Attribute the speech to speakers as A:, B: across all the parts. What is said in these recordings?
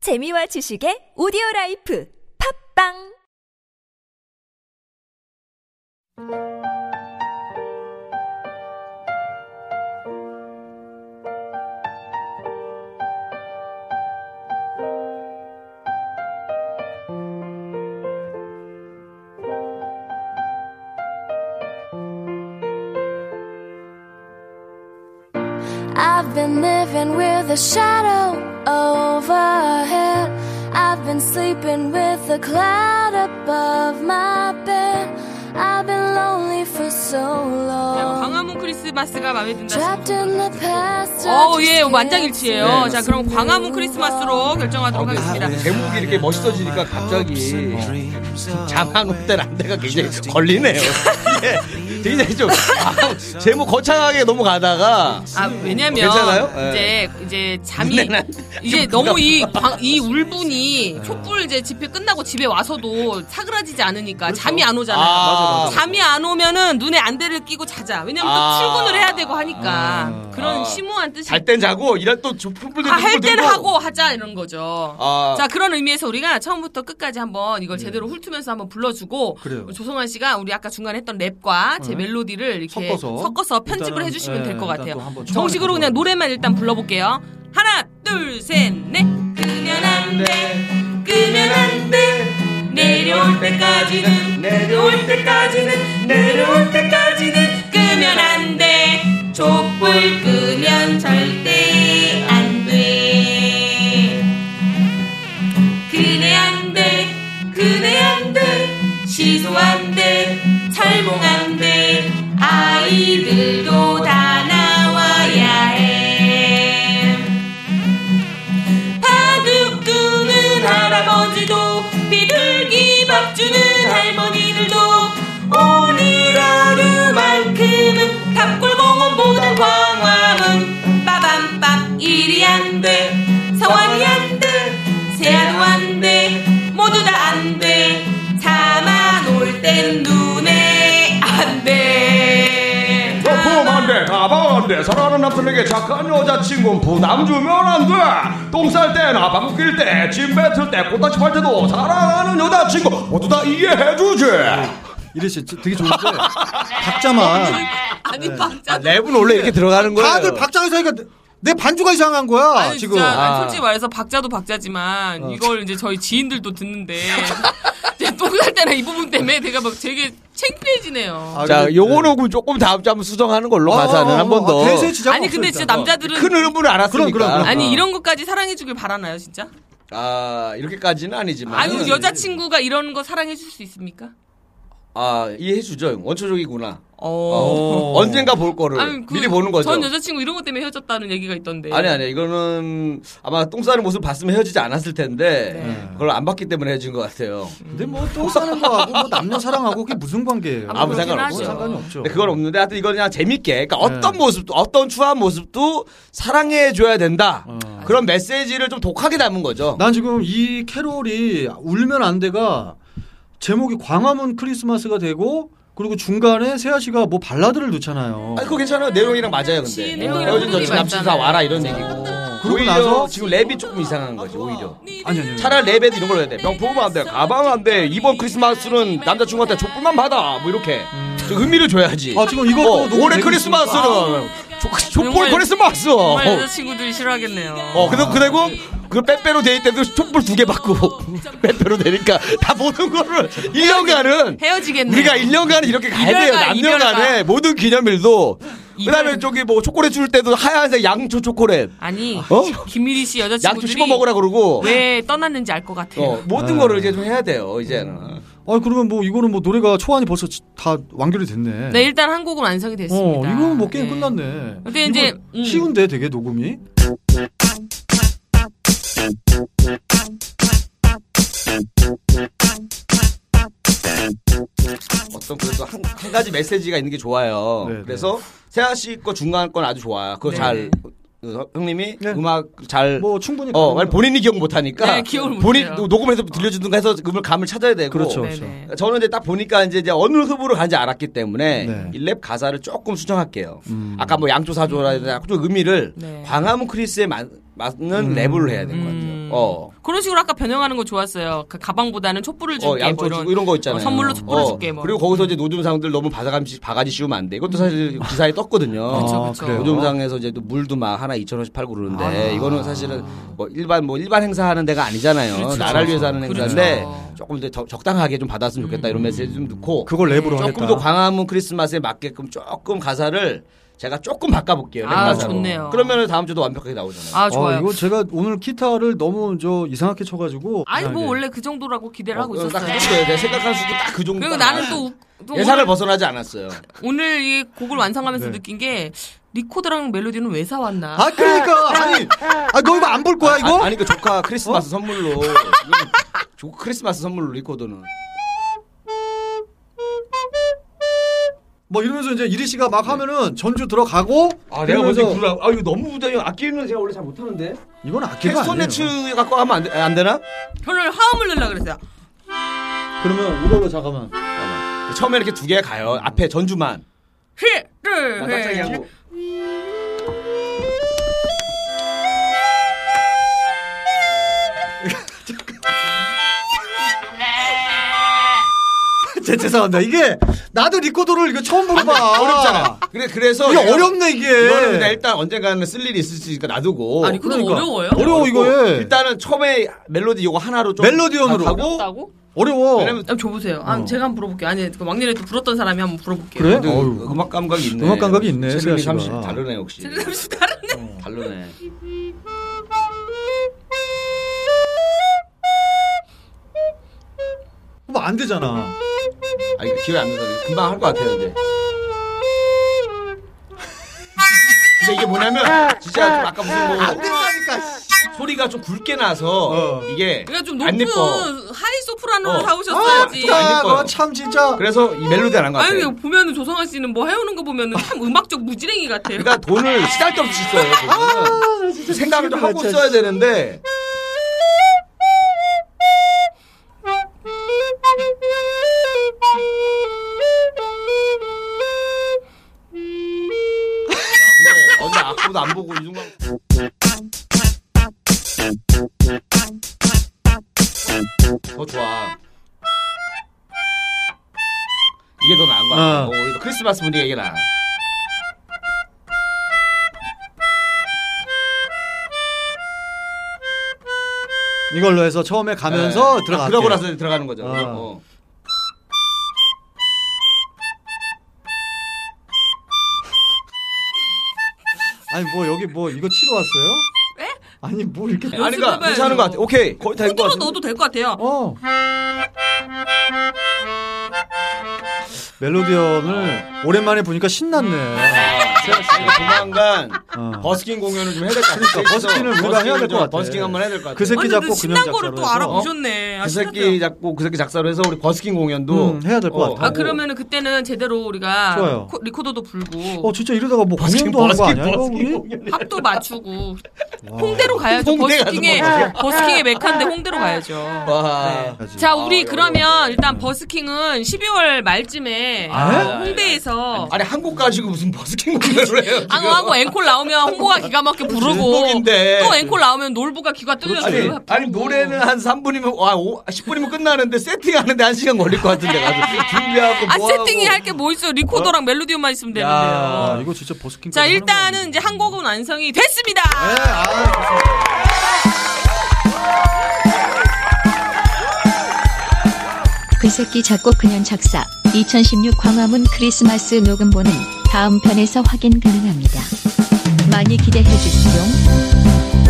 A: 재미와 지식의 오디오 라이프 팝빵
B: I've been living with a shadow overhead. I've been sleeping with a cloud above my bed. I've been lonely for so
C: 자,
B: long.
C: 어, 광화문 크리스마스가 마음에 든다.
B: Trapped in the past.
C: 어, 예, 완장일치예요.
D: 네.
C: 자, 그럼 광화문 크리스마스로 결정하도록 하겠습니다.
D: 네. 제목이 이렇게 멋있어지니까 갑자기 장학업대 안대가 굉장히 걸리네요. 예, 굉장히 좀 아, 제목 거창하게 넘어가다가
C: 아, 왜냐면
D: 네. 괜찮아요?
C: 이제
D: 네.
C: 이제 잠이
D: 근데 난
C: 이제
D: 좀 네.
C: 너무 이 광- 이 울분이 촛불 이제 집회 끝나고 집에 와서도 사그라지지 않으니까 잠이 안 오잖아요.
D: 그렇죠. 아.
C: 잠이 안 오면은 눈에 안대를 끼고 자자. 왜냐면 또
D: 아.
C: 출근을 해야 되고 하니까 그런
D: 아.
C: 심오한 뜻이
D: 잘 땐 자고 이럴 또 촛불들
C: 아, 할 때는 하고 하자 이런 거죠.
D: 아. 네.
C: 자 그런 의미에서 우리가 처음부터 끝까지 한번 이걸 제대로 훑으면서 한번 불러주고
E: 그래요.
C: 조성환 씨가 우리 아까 중간에 했던 랩과
D: 어?
C: 제 멜로디를 이렇게
E: 섞어서.
C: 편집을
E: 일단은,
C: 해주시면
E: 예,
C: 될 것
E: 일단 또
C: 같아요.
E: 한번
C: 정식으로
E: 처음에
C: 그냥 노래만 일단 불러볼게요. 하나 둘 셋 넷. 끄면 안돼 끄면 안돼 내려올 때까지는 내려올 때까지는 내려올 때까지는 끄면 안돼 촛불 끄면 절대 안돼 그네 안돼 그네 안돼 시소 안돼 철봉 안돼 아이들도 다 나와야 해 바둑 두는 할아버지도 비둘기 밥 주는 할머니들도 오늘 하루만큼은 탑골공원보다 광화문 빠밤빰 일이 안돼 성환이 안돼 세아도 안돼 모두 다 안돼 자만 올 땐 눈에 안돼
D: 보면 안 돼, 가방 안 돼, 사랑하는 남편에게 착한 여자친구 부담 주면 안 돼. 똥 쌀 때나 방귀 낄 때, 침 뱉을 때, 꽃다시 팔 때도 사랑하는 여자친구 모두 다 이해해 주지.
E: 이래씨 되게 좋은데 박자만
C: 아니 박자
D: 랩은 원래 이렇게 들어가는 거예요.
E: 다들 박자를 사니까 내 반주가 이상한 거야
C: 아니
E: 지금
C: 진짜 아니, 어.
D: 아.
C: 솔직히 말해서 박자도 박자지만 이걸 이제 저희 지인들도 듣는데 이제 똥살 때나 이 부분 때문에 내가 막 되게 창피해지네요.
E: 아,
D: 자,
E: 근데-
D: 요거는 그럼 조금 다음 주에 한번 수정하는 걸로
E: 아,
D: 가사는
E: 아,
D: 한 번
E: 아,
D: 더.
E: 대세 지자가
C: 아, 니 근데
E: 없어,
C: 진짜
E: 일단.
C: 남자들은
D: 큰 흐름을 알았으니까.
E: 그럼, 그럼, 그럼.
C: 아니
E: 아.
C: 이런 것까지 사랑해 주길 바라나요 진짜?
D: 아 이렇게까지는 아니지만.
C: 아니 그 여자친구가 이런 거 사랑해 줄 수 있습니까?
D: 아 이해해 주죠. 원초적이구나.
C: 어.
D: 어. 언젠가 볼 거를
C: 아니, 그
D: 미리 보는 거죠.
C: 전 여자친구 이런 것 때문에 헤어졌다는 얘기가 있던데.
D: 아니 아니 이거는 아마 똥 싸는 모습 봤으면 헤어지지 않았을 텐데
E: 음.
C: 네.
D: 그걸 안 봤기 때문에 헤어진 것 같아요.
E: 근데 뭐똥 싸는 거하고 뭐 남녀 사랑하고 그게 무슨 관계예요
C: 아무
D: 아무
C: 그렇긴
D: 상관
C: 하죠.
D: 없어요.
E: 상관이 없죠
D: 근데 그건 없는데 하여튼 이건 그냥 재밌게 그러니까
E: 네.
D: 어떤 모습도 어떤 추한 모습도 사랑해 줘야 된다.
E: 어.
D: 그런 메시지를 좀 독하게 담은 거죠.
E: 난 지금 이 캐롤이 울면 안 돼가 제목이 광화문 크리스마스가 되고 그리고 중간에 세아 씨가 뭐 발라드를 넣잖아요.
D: 아니 그거 괜찮아요. 내용이랑 맞아요 근데.
C: 시인의
D: 헤어진
C: 흐름이
D: 여친 남친 다
C: 맞잖아요.
D: 와라 이런 얘기고.
E: 어, 그러고
D: 오히려
E: 나서-
D: 지금 랩이 조금 이상한 거지 오히려.
E: 아니
C: 네.
E: 아니.
D: 차라리 랩에 이런 걸 해야 돼. 명품 안 돼. 가방 안 돼. 이번 크리스마스는 남자친구한테 촛불만 받아. 뭐 이렇게. 좀 의미를 줘야지.
E: 음. 아, 지금 이것도
D: 어,
E: 녹음
D: 올해
E: 되고
D: 크리스마스는 촛- 촛불
C: 정말-
D: 크리스마스. 어,
C: 정말 여자친구들이 싫어하겠네요.
D: 어, 근데 그리고 그 빼빼로 데이 때도 촛불 두 개 받고 빼빼로 되니까 다 모든 거를 1년간은
C: 헤어지겠네.
D: 우리가 1년간 이렇게 가야 돼요.
C: 이별가,
D: 남녀간에
C: 이별가.
D: 모든 기념일도. 그 다음에
C: 이별.
D: 저기 뭐 초콜릿 줄 때도 하얀색 양초 초콜릿.
C: 아니
D: 어?
C: 김미리 씨
D: 양초
C: 여자친구들이
D: 씹어 먹으라 그러고.
C: 왜 떠났는지 알 것 같아요.
D: 어, 모든 거를 이제 좀 해야 돼요, 이제는.
E: 아 그러면 뭐 이거는 뭐 노래가 초안이 벌써 지- 다 완결이 됐네.
C: 네, 일단 한 곡은 완성이 됐습니다.
E: 어 이거는 뭐 게임
C: 네.
E: 끝났네.
C: 근데 이제,
E: 이거
C: 음.
E: 쉬운데 되게 녹음이.
D: 어떤 그래도 한, 한 가지 메시지가 있는 게 좋아요.
E: 네, 네.
D: 그래서 세아 씨 거 중간 건 아주 좋아요. 그거
C: 네.
D: 잘 어, 형님이
E: 네.
D: 음악 잘
E: 뭐 충분히.
D: 어,
E: 가능해요.
D: 아니, 본인이 기억 못 하니까
C: 네, 기억을 못
D: 본인
C: 해요.
D: 녹음해서 들려주든가 해서 음을 감을 찾아야 되고 그러니까
E: 그렇죠.
C: 네네.
E: 그렇죠.
D: 저는 이제 딱 보니까 이제, 이제 어느 흡으로 간지 알았기 때문에
E: 네. 음.
D: 이 랩 가사를 조금 수정할게요. 아까 뭐 양조사조라든지 좀 의미를
C: 네.
E: 음.
C: 음.
D: 광화문 크리스에 맞, 는 랩을 해야 될 것 같아요. 어.
C: 그런 식으로 아까 변형하는 거 좋았어요. 그 가방보다는 촛불을
D: 어,
C: 줄게.
D: 양쪽
C: 뭐
D: 이런, 이런 거 있잖아요.
C: 어, 선물로 촛불을
D: 어,
C: 줄게. 뭐.
D: 그리고 거기서 이제 노점상들 너무 바가지, 바가지 씌우면 안 돼. 이것도 사실 기사에 떴거든요.
C: 음. 그쵸, 아. 그쵸. 그래요?
D: 노점상에서 이제 또 물도 막 하나 2,000원씩 팔고 그러는데 이거는 사실은 뭐 일반 뭐 일반 행사하는 데가 아니잖아요. 나라를 위해서 하는
C: 그렇죠. 음.
D: 행사인데 조금 이제 더- 적당하게 좀 받았으면 좋겠다 이런 메시지 좀 넣고
E: 그걸 랩으로 하겠다.
D: 조금 더 광화문 크리스마스에 맞게끔 조금 가사를 제가 조금 바꿔볼게요.
C: 아,
D: 랩 가사로.
C: 좋네요.
D: 그러면 다음 주도 완벽하게 나오잖아요.
C: 아 좋아요.
E: 아, 이거 제가 오늘 기타를 너무 저 이상하게 쳐가지고. 네.
C: 아니 뭐
E: 이상하게.
C: 원래 그 정도라고 기대를 하고
D: 어, 딱
C: 있었어요.
D: 그거예요. 내가 생각한 수도 딱 그 정도.
C: 그리고 나는 또, 우- 또
D: 예산을
C: 오늘,
D: 벗어나지 않았어요.
C: 오늘 이 곡을 완성하면서
E: 네.
C: 느낀 게 리코더랑 멜로디는 왜 사왔나?
E: 아 그러니까 아니, 아, 너 이거 안 볼 거야 어? 이거?
D: 아, 아니 그 조카 크리스마스 선물로 이건 조 크리스마스 선물로 리코더는
E: 뭐 이러면서 이제 이리 씨가 막 하면은 전주 들어가고. 이러면서
D: 아 이거 너무 부자요 아끼는 제가 원래 잘 못하는데
E: 이건 아기가 아니에요.
D: 캐스터네츠 갖고 하면 안, 되, 안 되나?
C: 별로 화음을 내려 그랬어요.
E: 그러면 이걸로 잠깐만.
D: 처음에 이렇게 두 개 가요 앞에 전주만
E: 네.
D: 아, 깜짝이야.
C: 힐,
D: 하고.
E: 제 죄송합니다. 이게 나도 리코더를 이거 처음
D: 아,
E: 불어봐.
D: 어렵잖아 그래 그래서
E: 이게
D: 내가-
E: 어렵네 이게.
D: 이거는 그냥 일단 언젠가는 쓸 일이 있을 수 있으니까 놔두고
C: 아니 그거
E: 그러니까.
C: 어려워요?
E: 어려워 이거 해.
D: 일단은 처음에 멜로디 이거 하나로 좀
E: 멜로디언으로.
D: 하고
C: 다고?
E: 어려워.
D: 왜냐면
C: 아, 줘보세요. 아, 제가 한번 불어볼게요. 아니 그 왕년에 또 불었던 사람이 한번 불어볼게요.
E: 그래?
D: 근데
E: 어휴.
D: 음악 감각이 있네
E: 음악 감각이 있네, 세아
D: 체력이
E: 씨가.
D: 30 다르네 역시
C: 잠시 다른데.
D: 다르네
E: 뭐안 되잖아.
D: 아니 기회 안 나서 금방 할 것 같아요 근데 근데 이게 뭐냐면 진짜 좀 아까 무슨
E: 안
D: 뭐
E: 된다니까. 씨.
D: 소리가 좀 굵게 나서
E: 어.
D: 이게
C: 그러니까 좀
D: 안
C: 높은
D: 예뻐
C: 하이 소프라노를
D: 어.
E: 아,
C: 사오셨어야지.
D: 아,
E: 진짜
D: 아닐 거예요.
E: 그거 참 진짜.
D: 그래서 이 멜로디 안한것
C: 아니
D: 같아요
C: 이거 보면은 조성아 씨는 뭐 해오는 거 보면은 참 음악적 무지랭이 같아요.
D: 그러니까 돈을 시달도 없이 써요
E: 아,
D: 돈은. 생각을 좀 하고
E: 진짜.
D: 써야 되는데 근데 언제 악보도 안 보고 이 중간 더 좋아 이게 더 나은 것 같아
E: 어.
D: 어. 우리도 크리스마스 분위기가 이게 나아
E: 이걸로 해서 처음에 가면서
D: 네.
E: 들어가.
D: 그러고 나서 들어가는 거죠.
E: 어.
D: 어.
E: 아니 뭐 여기 뭐 이거 치러 왔어요? 아니 뭐 이렇게.
D: 아니 그러니까
C: 연습해봐야죠.
D: 괜찮은 것 같아. 오케이 거의 다된것
C: 코드로
D: 같아.
C: 넣어도 될 것 같아요.
E: 어. 멜로디언을 오랜만에 보니까 신났네.
D: 조만간
E: 어.
D: 버스킹 공연을 좀 해야 될 것 같아.
E: 그러니까 버스킹을 우리가
D: 버스킹을
E: 해야 될것
D: 좀
E: 같아.
D: 버스킹 한번 해야 될 것 같아.
E: 그 새끼
C: 아니,
E: 잡고
C: 근데
E: 그냥
C: 신난 거를 또
E: 작사로 해서.
C: 알아보셨네. 아,
D: 그 새끼
C: 신났어요.
D: 작곡 그 새끼 작사로 해서 우리 버스킹 공연도 어,
E: 음, 해야 될것 같아.
C: 아 그러면은 그때는 제대로 우리가
E: 좋아요.
C: 코- 리코더도 불고
E: 어 진짜 이러다가 뭐
D: 버스킹,
E: 공연도 한 거
D: 버스킹,
E: 아니야 이거
D: 버스킹
E: 우리?
D: 공연.
C: 합도 맞추고 홍대로 가야죠.
D: 홍대 네. 가서
C: 버스킹에
D: 먹어요.
C: 버스킹의 메카인데 홍대로 가야죠.
D: 와.
C: 자 우리 그러면 일단 버스킹은 12월 말쯤에
E: 아,
C: 어, 홍대에서
D: 네? 아니 한국 가지고 무슨 버스킹 공연을 해요? 지금.
C: 앙하고 앵콜 나오면 홍보가 기가 막히게 부르고
D: 일복인데.
C: 또 앵콜 나오면 놀부가 귀가 그 뚫려서
D: 아니,
C: 부르고.
D: 아니 노래는 한 3분이면 와 10분이면 끝나는데 세팅하는데 한 시간 걸릴 것 같은데 가서 준비하고
C: 아
D: 뭐
C: 세팅이 할 게 뭐 있어요? 리코더랑 멜로디만 있으면 되는데요.
E: 아 이거 진짜 버스킹.
C: 자 일단은 이제 한 곡은 완성이 됐습니다.
D: 네?
F: 그 새끼 작곡 그년 작사 2016 광화문 크리스마스 녹음본은 다음 편에서 확인 가능합니다. 많이 기대해 주시오.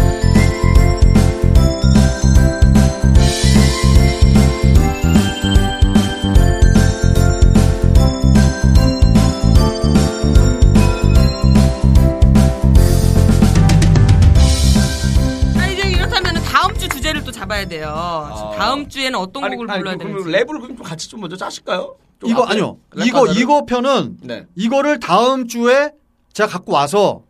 C: 아, 이제 이렇다면 다음 주 주제를 또 잡아야 돼요.
D: 아.
C: 다음 주에는 어떤
D: 아니,
C: 곡을
D: 아니,
C: 불러야
D: 그럼
C: 되는지.
D: 랩을 그럼 좀 같이 좀 먼저 짜실까요? 좀
E: 이거
D: 앞에
E: 아니요.
D: 랩
E: 이거
D: 가사를?
E: 이거 편은
D: 네.
E: 이거를 다음 주에 제가 갖고 와서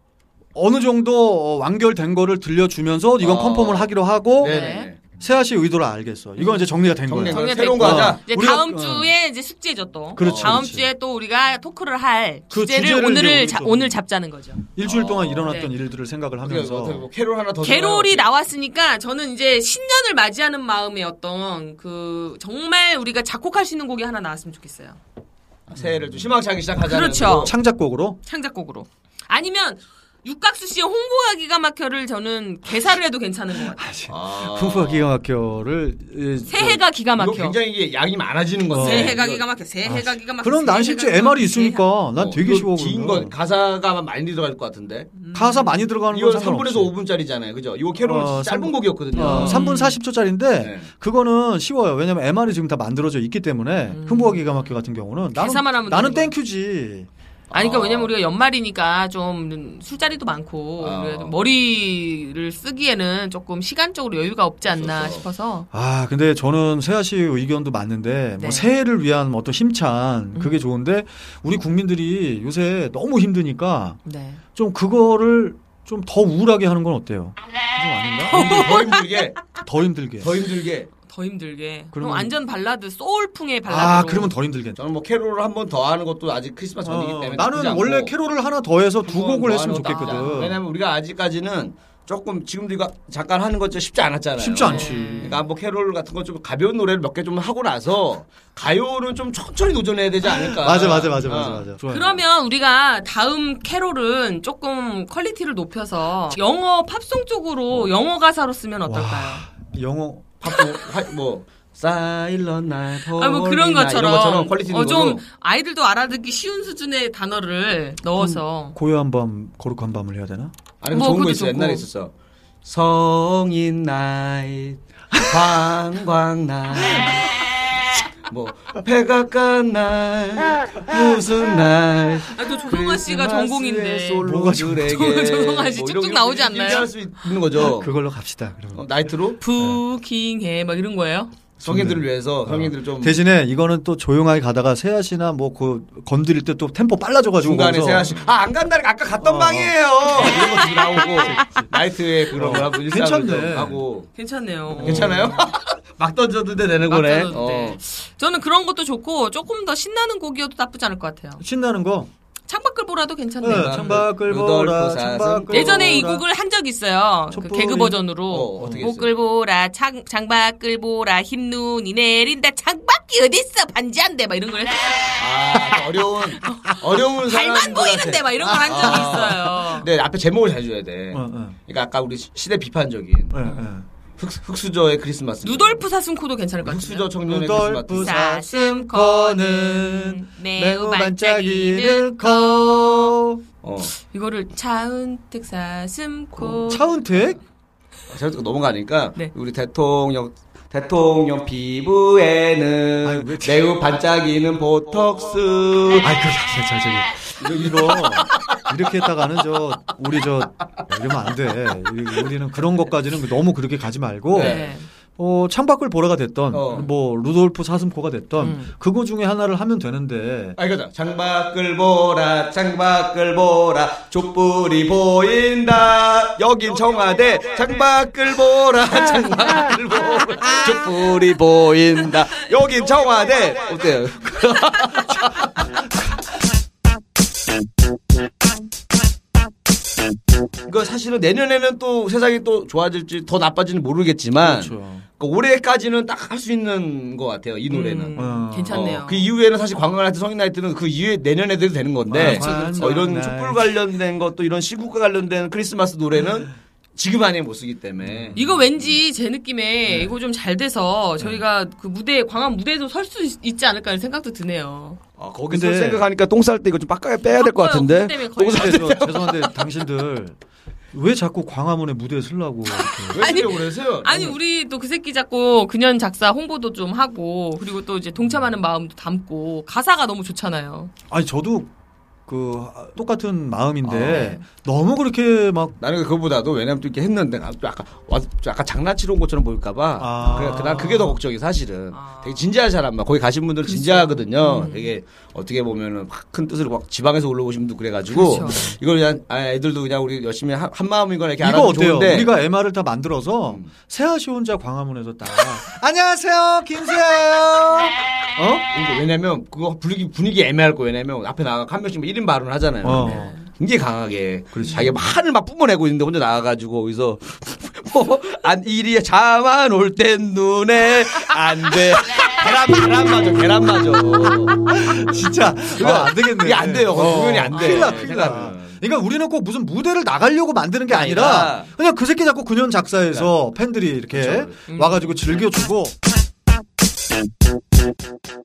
E: 어느 정도 어, 완결된 거를 들려주면서 이건
D: 아.
C: 어?
E: 컨펌을 하기로 하고
D: 네네.
E: 세아 씨의 의도를 알겠어. 이건 이제 정리가 된
D: 정리가
E: 거예요.
C: 정리가 됐고.
D: 새로운 거 하자.
C: 이제
E: 우리가-
C: 다음
E: 어.
C: 주에 이제 숙제죠 또.
E: 그렇지,
C: 다음
E: 그렇지.
C: 주에 또 우리가 토크를 할
E: 그
C: 주제를,
E: 주제를
C: 오늘을
E: 이제
C: 자-
E: 우리 좀-
C: 오늘 잡자는 거죠.
E: 일주일 동안
D: 어,
E: 일어났던
C: 네.
E: 일들을 생각을
D: 그래서 어떻게
E: 하면서
D: 뭐 캐롤 하나 더
C: 게롤이
D: 들어가요?
C: 나왔으니까 저는 이제 신년을 맞이하는 마음의 어떤 그 정말 우리가 작곡할 수 있는 곡이 하나 나왔으면 좋겠어요.
D: 새해를 좀 심하게 시작하자.
C: 그렇죠.
E: 창작곡으로
C: 창작곡으로. 아니면 육각수 씨의 홍보가 기가 막혀를 저는 개사를 해도 괜찮은 것 같아요.
D: 아,
E: 풍부가 기가 막혀를 예, 아, 이-
C: 새해가 기가
D: 이거
C: 막혀. 어.
D: 굉장히 이게 양이 많아지는 건데.
C: 새해가
D: 이거-
C: 기가 막혀. 새해가 기가 막혀.
E: 어, 아, 그럼 난
C: 새해가
E: 실제
C: 기가 막혀.
E: MR이 있으니까 난
D: 어,
E: 되게
D: 이거
E: 쉬워
D: 긴
E: 그러면.
D: 건 가사가 많이 들어갈 것 같은데.
E: 가사 많이 들어가는 건
D: 이거 3분에서
E: 상관없어.
D: 5분짜리잖아요. 그죠? 이거 캐롤
E: 어,
D: 짧은
E: 삼-
D: 곡이었거든요.
E: 어, 3분 40초짜리인데
D: 네.
E: 그거는 쉬워요. 왜냐면 MR이 지금 다 만들어져 있기 때문에
D: 음.
E: 흥보와 기가 막혀 같은 경우는
C: 개사만
E: 나는,
C: 하면
E: 나는
C: 되는
E: 땡큐지.
C: 아니 그러니까
D: 아.
C: 왜냐면 우리가 연말이니까 좀 술자리도 많고
D: 아.
C: 그래도 머리를 쓰기에는 조금 시간적으로 여유가 없지 않나
D: 그래서.
C: 싶어서
E: 아 근데 저는 세아 씨 의견도 맞는데
C: 네.
E: 뭐 새해를 위한
D: 음.
E: 어떤 힘찬 그게 좋은데 우리 국민들이 요새 너무 힘드니까
C: 네.
E: 좀 그거를 좀 더 우울하게 하는 건 어때요? 좀 아닌가?
D: 더 힘들게,
E: 더 힘들게.
D: 더 힘들게.
C: 더 힘들게. 그럼
E: 그러면-
C: 완전 발라드 소울풍의 발라드.
E: 아 그러면 더 힘들겠다.
D: 저는 뭐 캐롤을 한 번 더 하는 것도 아직 크리스마스 전이기
E: 어,
D: 때문에. 나쁘지
E: 나는
D: 않고
E: 원래 캐롤을 하나 더해서 두
D: 한번더
E: 곡을 했으면
D: 하는 것도 나쁘지 않아.
E: 좋겠거든.
D: 왜냐면 우리가 아직까지는 조금 지금도 이거 잠깐 하는 것처럼 쉽지 않았잖아요.
E: 쉽지 않지.
D: 그러니까 한번 캐롤 같은 거 좀 가벼운 노래를 몇 개 좀 하고 나서 가요는 좀 천천히 도전해야 되지 않을까.
E: 맞아 맞아 맞아
D: 어.
E: 맞아 맞아. 좋아요.
C: 그러면 우리가 다음 캐롤은 조금 퀄리티를 높여서 영어 팝송 쪽으로 영어 가사로 쓰면 어떨까요?
E: 영어
D: 팝송 하- 뭐 사일런 날
C: 아, 뭐 그런 것처럼,
D: 이런 것처럼 퀄리티 있는
C: 어, 좀
D: 걸로
C: 아이들도 알아듣기 쉬운 수준의 단어를 넣어서
E: 고요한 밤 거룩한 밤을 해야 되나?
D: 아니
C: 뭐
D: 좋은 거
C: 그것도
D: 있어
C: 좋고.
D: 옛날에 있었어 성인 나이 관광 나이 뭐 배가 깐날 무슨 날
C: 아, 또
E: 그
C: 조성아 씨가 전공인데
E: 뭐가
D: 솔로들에게 뭐
C: 조성아 씨 쭉쭉 나오지 않나요?
D: 할수 있는 거죠
E: 아, 그걸로 갑시다. 그러면.
D: 어, 나이트로
C: 부킹해 막 이런 거예요?
D: 성인들을 위해서 성인들을 좀
E: 아, 대신에 이거는 또 조용하게 가다가 세아씨나 뭐 그 건드릴 때 또 템포 빨라져가지고
D: 중간에
E: 거기서
D: 세아
E: 어.
D: 씨아안 간다니까 아까 갔던 방이에요 이런 것들이 나오고 나이트에 그런 거 하고 일상을
E: 어, 괜찮네. 어.
D: 좀 하고
C: 괜찮네요.
D: 괜찮아요? 막 던졌는데 되는
C: 막
D: 거네.
C: 던졌는데.
D: 어.
C: 아, 저는 그런 것도 좋고 조금 더 신나는 곡이어도 나쁘지 않을 것 같아요.
E: 신나는 거
C: 창밖을 보라도 괜찮네요.
E: 네, 창밖을 보라
D: 루돌프 그
E: 창밖을
C: 예전에 이
E: 보라.
C: 곡을 한 적 있어요. 그
E: 촛불이-
C: 개그
D: 어,
C: 버전으로
D: 어떻게
C: 목을 보라 창, 장밖을 보라 흰 눈이 내린다 창밖이 어딨어 반지 한대 막 이런 걸 했어요.
D: 아, 그 어려운
E: 그
D: 어려운 사람.
C: 발만 보이는데 막 이런 걸 한 적이
E: 아.
C: 있어요.
D: 네, 앞에 제목을 잘 줘야 돼.
E: 어, 어.
D: 그러니까 아까 우리 시- 시대 비판적인
E: 예, 예.
D: 흑, 수저의
E: 네.
D: 크리스마스.
C: 누돌프 사슴코도 괜찮을 것 같아요.
D: 흑수저 청년의
E: 루돌프
D: 크리스마스.
E: 사슴코는 매우 반짝이는 코
D: 어.
C: 이거를 차은택 사슴코
E: 어, 차은택?
D: 제가 넘어가니까
C: 네.
D: 우리 대통령 대통령 피부에는
E: 아유, 왜-
D: 매우 반짝이는 보톡스.
E: 그, 아이 그잘잘 저기 이거 이거 이렇게 했다가는 저 우리 저 이러면 안 돼. 우리는 그런 것까지는 너무 그렇게 가지 말고
C: 네.
E: 어, 창밖을 보라가 됐던
D: 어.
E: 뭐 루돌프 사슴코가 됐던
C: 음.
E: 그거 중에 하나를 하면 되는데
D: 아 이거죠. 창밖을 보라, 창밖을 보라, 촛불이 보인다. 여긴 청와대. 창밖을 보라, 창밖을 보라, 촛불이 보인다. 아, 여긴 청와대. 어때요? 이거 사실은 내년에는 또 세상이 또 좋아질지 더 나빠질지 모르겠지만 그 올해까지는 딱 할 수 있는 것 같아요. 이 노래는.
C: 음,
E: 어.
C: 괜찮네요.
D: 네. 어, 그 이후에는 사실 관광나이트, 성인나이트는 그 이후에 내년 에도 되는 건데
E: 아, 그렇죠.
D: 어, 이런
E: 그렇죠.
D: 촛불 관련된 것도 이런 시국과 관련된 크리스마스
E: 네.
D: 노래는 지금 아니면 못 쓰기 때문에
C: 이거 왠지 제 느낌에 이거 좀 잘 돼서 저희가 그 무대 광화문 무대에도 설 수 있지 않을까 하는 생각도 드네요.
D: 아, 거기서
E: 근데-
D: 생각하니까 똥 쌀 때 이거 좀 빡가게 빼야 될 것
C: 바꿔요.
D: 같은데
C: 어, 그것 아, 때문에 거의-
D: 똥쌀
E: 근데 저 죄송한데 당신들 왜 자꾸 광화문에 무대에 서려고 이렇게.
D: 왜 쓰려고 그러세요?
C: 아니 우리 또 그 새끼 작고 그년 작사 홍보도 좀 하고 그리고 또 이제 동참하는 마음도 담고 가사가 너무 좋잖아요.
E: 아니 저도 그 아, 똑같은
D: 아, 네.
E: 마음인데 너무 그렇게 막
D: 나는 그거보다도 왜냐면 또 이렇게 했는데 나 또 아까 와- 좀 아까 장난치러 온 것처럼 보일까봐
E: 아.
D: 그래 난 그게 더 걱정이 사실은
C: 아. 음.
D: 되게 진지한 사람 막 거기 가신 분들은 진지하거든요 되게 어떻게 보면은 막큰 뜻을 막 지방에서 올라오신 분도 그래가지고
C: 그렇죠.
D: 이걸 그냥 아, 애들도 그냥 우리 열심히 한, 한 마음이거나 이렇게 안
E: 이거
D: 하면
E: 어때요?
D: 좋은데 음.
E: 우리가 MR을 다 만들어서 세아씨 혼자 광화문에서 딱 안녕하세요 김세아예요. 어?
D: 이거 그러니까 왜냐면 그거 분위기 분위기 애매할 거예요 왜냐면 앞에 나가 한 명씩 1인 발언 하잖아요 네.
E: 어.
D: 굉장히 강하게 자기가 막 한을 막 뿜어내고 있는데 혼자 나가가지고 거기서 뭐안 이리 자만 올 땐 눈에 안돼 계란 계란 맞아 계란 맞아
E: 진짜 이거
D: 아,
E: 안 되겠네. 어.
D: 이게 안 돼요 그건 공연이 안돼
E: 큰일 나, 큰일 나. 그러니까 우리는 꼭 무슨 무대를 나가려고 만드는 게 네, 아니라
D: 아니라
E: 그냥 그 새끼 자꾸 근현 작사에서 팬들이 이렇게
C: 음.
E: 와가지고 즐겨주고. 세아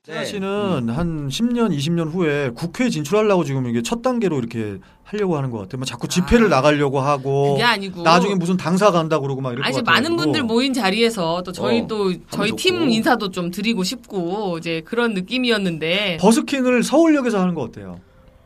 D: 네.
E: 씨는 한 10년, 20년 후에 국회 진출하려고 지금 이게 첫 단계로 이렇게 하려고 하는 것 같아요. 막 자꾸 집회를 나가려고 하고
C: 그게 아니고.
E: 나중에 무슨 당사 간다 그러고 막 이럴
C: 아니
E: 것
C: 이제
E: 같아요.
C: 많은 분들 뭐 모인 자리에서 또 저희
D: 어,
C: 또 저희
D: 좋고.
C: 팀 인사도 좀 드리고 싶고 이제 그런 느낌이었는데
E: 버스킹을 서울역에서 하는 거 어때요?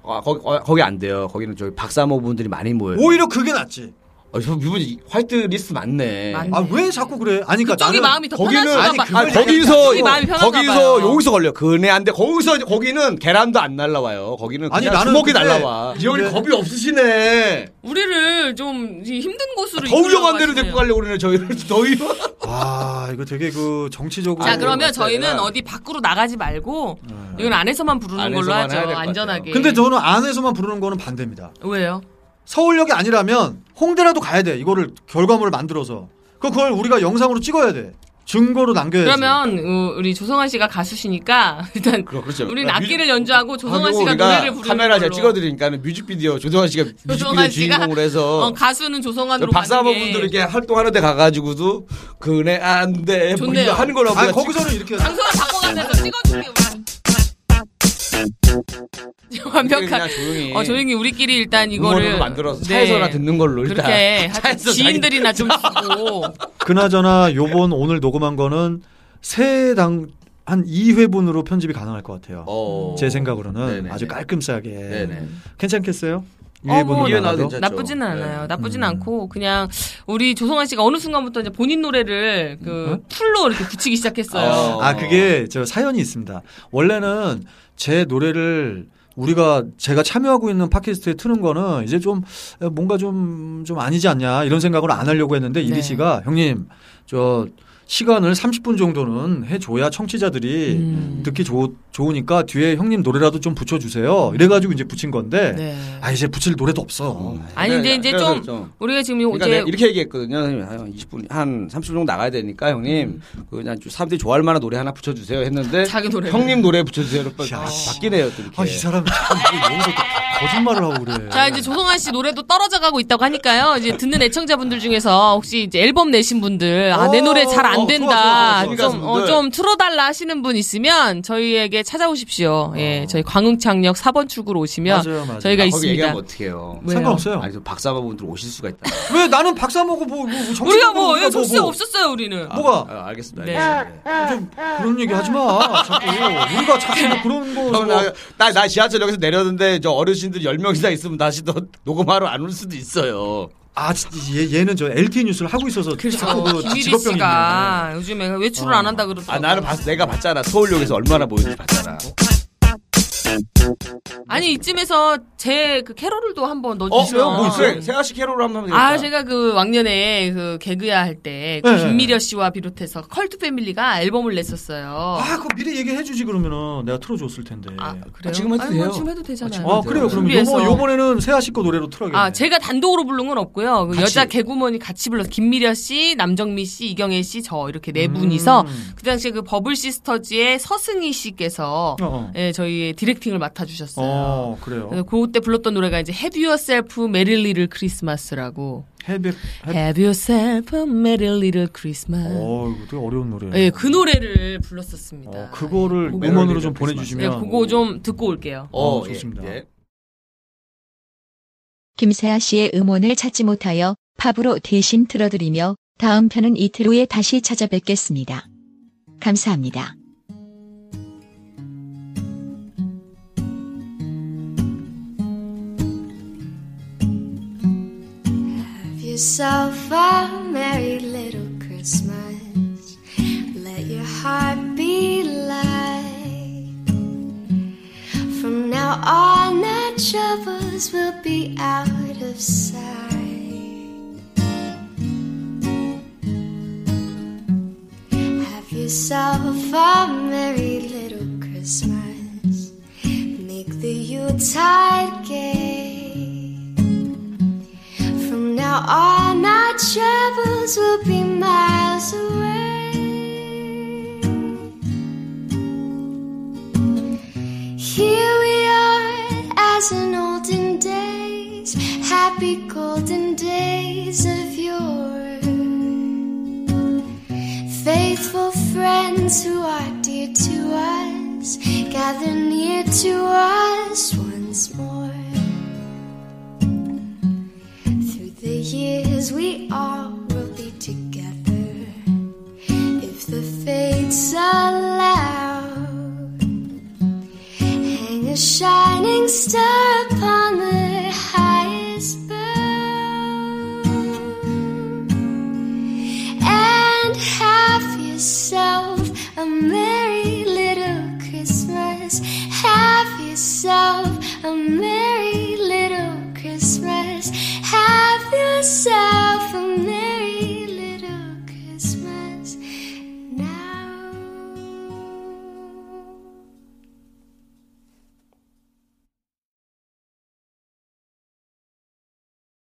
D: 아, 거기 어, 거기 안 돼요 거기는 저기 박사모 분들이 많이 모여요
E: 오히려 그게 낫지.
D: 어, 저 이분이 화이트 리스트 많네
C: 많네.
E: 아 왜 자꾸 그래? 아니 그러니까
C: 그쪽이
E: 나는
C: 마음이 더
D: 거기는
C: 편하신가
D: 아니,
C: 봐.
D: 그- 아니, 거기서
C: 우리 마음이 편한가
D: 거기서
C: 봐요.
D: 여기서 걸려 그네 안돼 거기서 이제 거기는 계란도 안 날라와요 거기는
E: 아니,
D: 그냥
E: 나는
D: 주먹이
E: 근데-
D: 날라와 이 형이
C: 네.
E: 근데-
D: 겁이 없으시네
C: 우리를 좀 이- 힘든 곳으로
D: 아, 더 위험한 데로
C: 는
D: 데리고 가려고 그러네 저희를 더 위험
E: 와 이거 되게 그 정치적으로
C: 자 그러면
D: 맞다,
C: 저희는
D: 얘가.
C: 어디 밖으로 나가지 말고 이건 안에서만 부르는 걸로
D: 음. 안에서만
C: 하죠
D: 해야 될것 같아요.
C: 안전하게.
E: 근데 저는 안에서만 부르는 거는 반대입니다.
C: 왜요?
E: 서울역이 아니라면 홍대라도 가야 돼. 이거를 결과물을 만들어서 그- 그걸 우리가 영상으로 찍어야 돼. 증거로 남겨야지.
C: 그러면 어, 우리 조성환 씨가 가수시니까 일단
D: 그럼 그렇죠.
C: 우리는
D: 그럼
C: 악기를
D: 뮤직-
C: 연주하고 조성환
D: 하고
C: 씨가
D: 우리가
C: 노래를 부르는
D: 카메라 제가
C: 걸로.
D: 찍어드리니까 뮤직비디오 조성환 씨가 뮤직비디오
C: 조성환 씨가
D: 주인공으로 해서 그
C: 어, 가수는 조성환으로
D: 박사모
C: 가는 게
D: 분들 이렇게 활동하는 데 가가지고도 그네 안돼 뭐
C: 좋네요.
D: 이거 하는 거라고
E: 아
D: 그냥
E: 거기서는 이렇게
C: 방송을 바꿔가면서 찍어줄게요. 완벽한.
D: 그냥 조용히
C: 어 조용히 우리끼리 일단 이거를
D: 음원으로 만들어서
C: 네.
D: 차에서나 듣는 걸로 일단
C: 그렇게 하여튼
D: 차에서
C: 지인들이나 좀 주고
E: 그나저나 요번 오늘 녹음한 거는 세당 한 2회분으로 편집이 가능할 것 같아요.
D: 어.
E: 제 생각으로는
D: 네네.
E: 아주 깔끔싸게
D: 네네.
E: 괜찮겠어요?
C: 어,
E: 2회분으로
C: 뭐
D: 이해는
E: 나가도?
D: 하죠.
C: 나쁘지는
D: 네.
C: 않아요. 나쁘진 않고 그냥 우리 조성환 씨가 어느 순간부터 이제 본인 노래를 그 풀로 이렇게 붙이기 시작했어요.
D: 어.
E: 아 그게 저 사연이 있습니다. 원래는 제 노래를 우리가 제가 참여하고 있는 팟캐스트에 트는 거는 이제 좀 뭔가 좀 좀 아니지 않냐 이런 생각을 안 하려고 했는데 이리
C: 네.
E: 씨가 형님 저 시간을 30분 정도는 해줘야 청취자들이
C: 음.
E: 듣기 좋, 좋으니까 뒤에 형님 노래라도 좀 붙여주세요. 이래가지고 이제 붙인 건데
C: 네.
E: 아 이제 붙일 노래도 없어.
C: 아니 이제
D: 네,
C: 이제
D: 네,
C: 좀
D: 그렇죠.
C: 우리가 지금
D: 그러니까
C: 이제
D: 내가 이렇게 얘기했거든요. 형님, 한 20분, 한 30분 정도 나가야 되니까 형님, 그 그냥 좀 사람들이 좋아할 만한 노래 하나 붙여주세요 했는데
C: 음. 자기 노래를.
D: 형님 노래 붙여주세요. 이렇게
E: 야,
D: 바뀌네요. 또 이렇게.
E: 아 이 사람 참 이게 여기서 또 거짓말을 하고 그래.
C: 자 이제 조성환 씨 노래도 떨어져 가고 있다고 하니까요. 이제 듣는 애청자분들 중에서 혹시 이제 앨범 내신 분들 아 내
E: 어,
C: 노래 잘
E: 어,
C: 안 된다
D: 좋아, 좋아, 좋아.
C: 좀 어, 좀 틀어달라 하시는 분 있으면 저희에게 찾아오십시오. 예, 저희 광흥창역 4번 출구로 오시면
E: 맞아요, 맞아요.
C: 저희가
D: 어. 아, 거기
C: 있습니다.
D: 얘기하면 어떡해요.
C: 왜요?
E: 상관없어요.
D: 아니, 저 박사바분들 오실 수가 있다.
E: 왜 나는 박사 먹고 뭐, 뭐 정치
C: 우리가
E: 먹고
C: 뭐
E: 우리가
C: 예, 정치적
E: 뭐.
C: 없었어요 우리는.
D: 아,
E: 뭐가?
D: 아, 알겠습니다.
C: 네.
D: 알겠습니다. 네.
E: 좀 그런 얘기 하지 마. 자꾸 우리가 자꾸 뭐 그런 거.
D: 그럼
E: 뭐-
D: 네. 나, 나, 나 지하철역에서 내렸는데 저 어르신들 10명 이상 있으면 다시 또 녹음하러 안 올 수도 있어요.
E: 아, 진짜 얘, 얘는 저 LTE 뉴스를 하고 있어서 자꾸
C: 그래서
E: 그
C: 그렇죠. 김일희
E: 직업병이 있네.
C: 씨가 요즘에 외출을 안 한다 그러더라고.
D: 아, 나는 봤, 내가 봤잖아. 서울역에서 얼마나 보이는지 봤잖아. 어?
C: 아니 이쯤에서 제 그 캐롤도 한번
D: 어,
C: 넣어주세요.
D: 뭐 있어요? 세아씨 캐롤을 한번 하면 되겠다.
C: 아, 제가 그 왕년에 그 개그야 할 때
E: 네,
C: 김미려 씨와 비롯해서 컬투 패밀리가 앨범을 냈었어요.
E: 아, 그거 미리 얘기해 주지 그러면은 내가 틀어 줬을 텐데.
C: 아,
E: 아,
C: 그래요?
D: 아, 지금 해도
C: 아니, 뭐
D: 돼요. 어,
C: 지금 해도 되잖아요.
E: 그래요. 그럼
C: 준비해서.
E: 요번 요번에는 세아 씨거 노래로 틀어야겠네.
C: 아, 제가 단독으로 부른 건 없고요. 그
E: 예. 같이.
C: 여자 개구먼이 같이 불러서 김미려 씨, 남정미 씨, 이경혜 씨, 저 이렇게 네 분이서
E: 음.
C: 그 당시에 그 버블 시스터즈의 서승희 씨께서
E: 어, 어.
C: 예, 저희의 디렉팅을 맡아 주셨어요.
E: 어, 그래요.
C: 그래서 그때 불렀던 노래가 이제 Have Yourself Merry Little Christmas라고.
E: 헤비 헤비
C: Have Yourself a Merry Little Christmas.
E: 어, 이거 되게 어려운 노래.
C: 예, 그 노래를 불렀었습니다.
E: 어, 그거를
C: 그거-
E: 음원으로 좀 보내
C: 예,
E: 주시면
C: 그거 좀 듣고 올게요.
D: 어,
E: 어, 좋습니다.
D: 예, 예.
F: 김세아 씨의 음원을 찾지 못하여 팝으로 대신 틀어드리며 다음 편은 이틀 후에 다시 찾아뵙겠습니다. 감사합니다.
B: yourself a merry little Christmas. Let your heart be light. From now on, our troubles will be out of sight. Have yourself a merry little Christmas. Make the Yuletide gay. From now on, our troubles will be miles away. Here we are as in olden days, happy golden days of yore. Faithful friends who are dear to us, gather near to us once more. Through the years, we all will be together if the fates allow. Hang a shining star upon the highest bough and have yourself a merry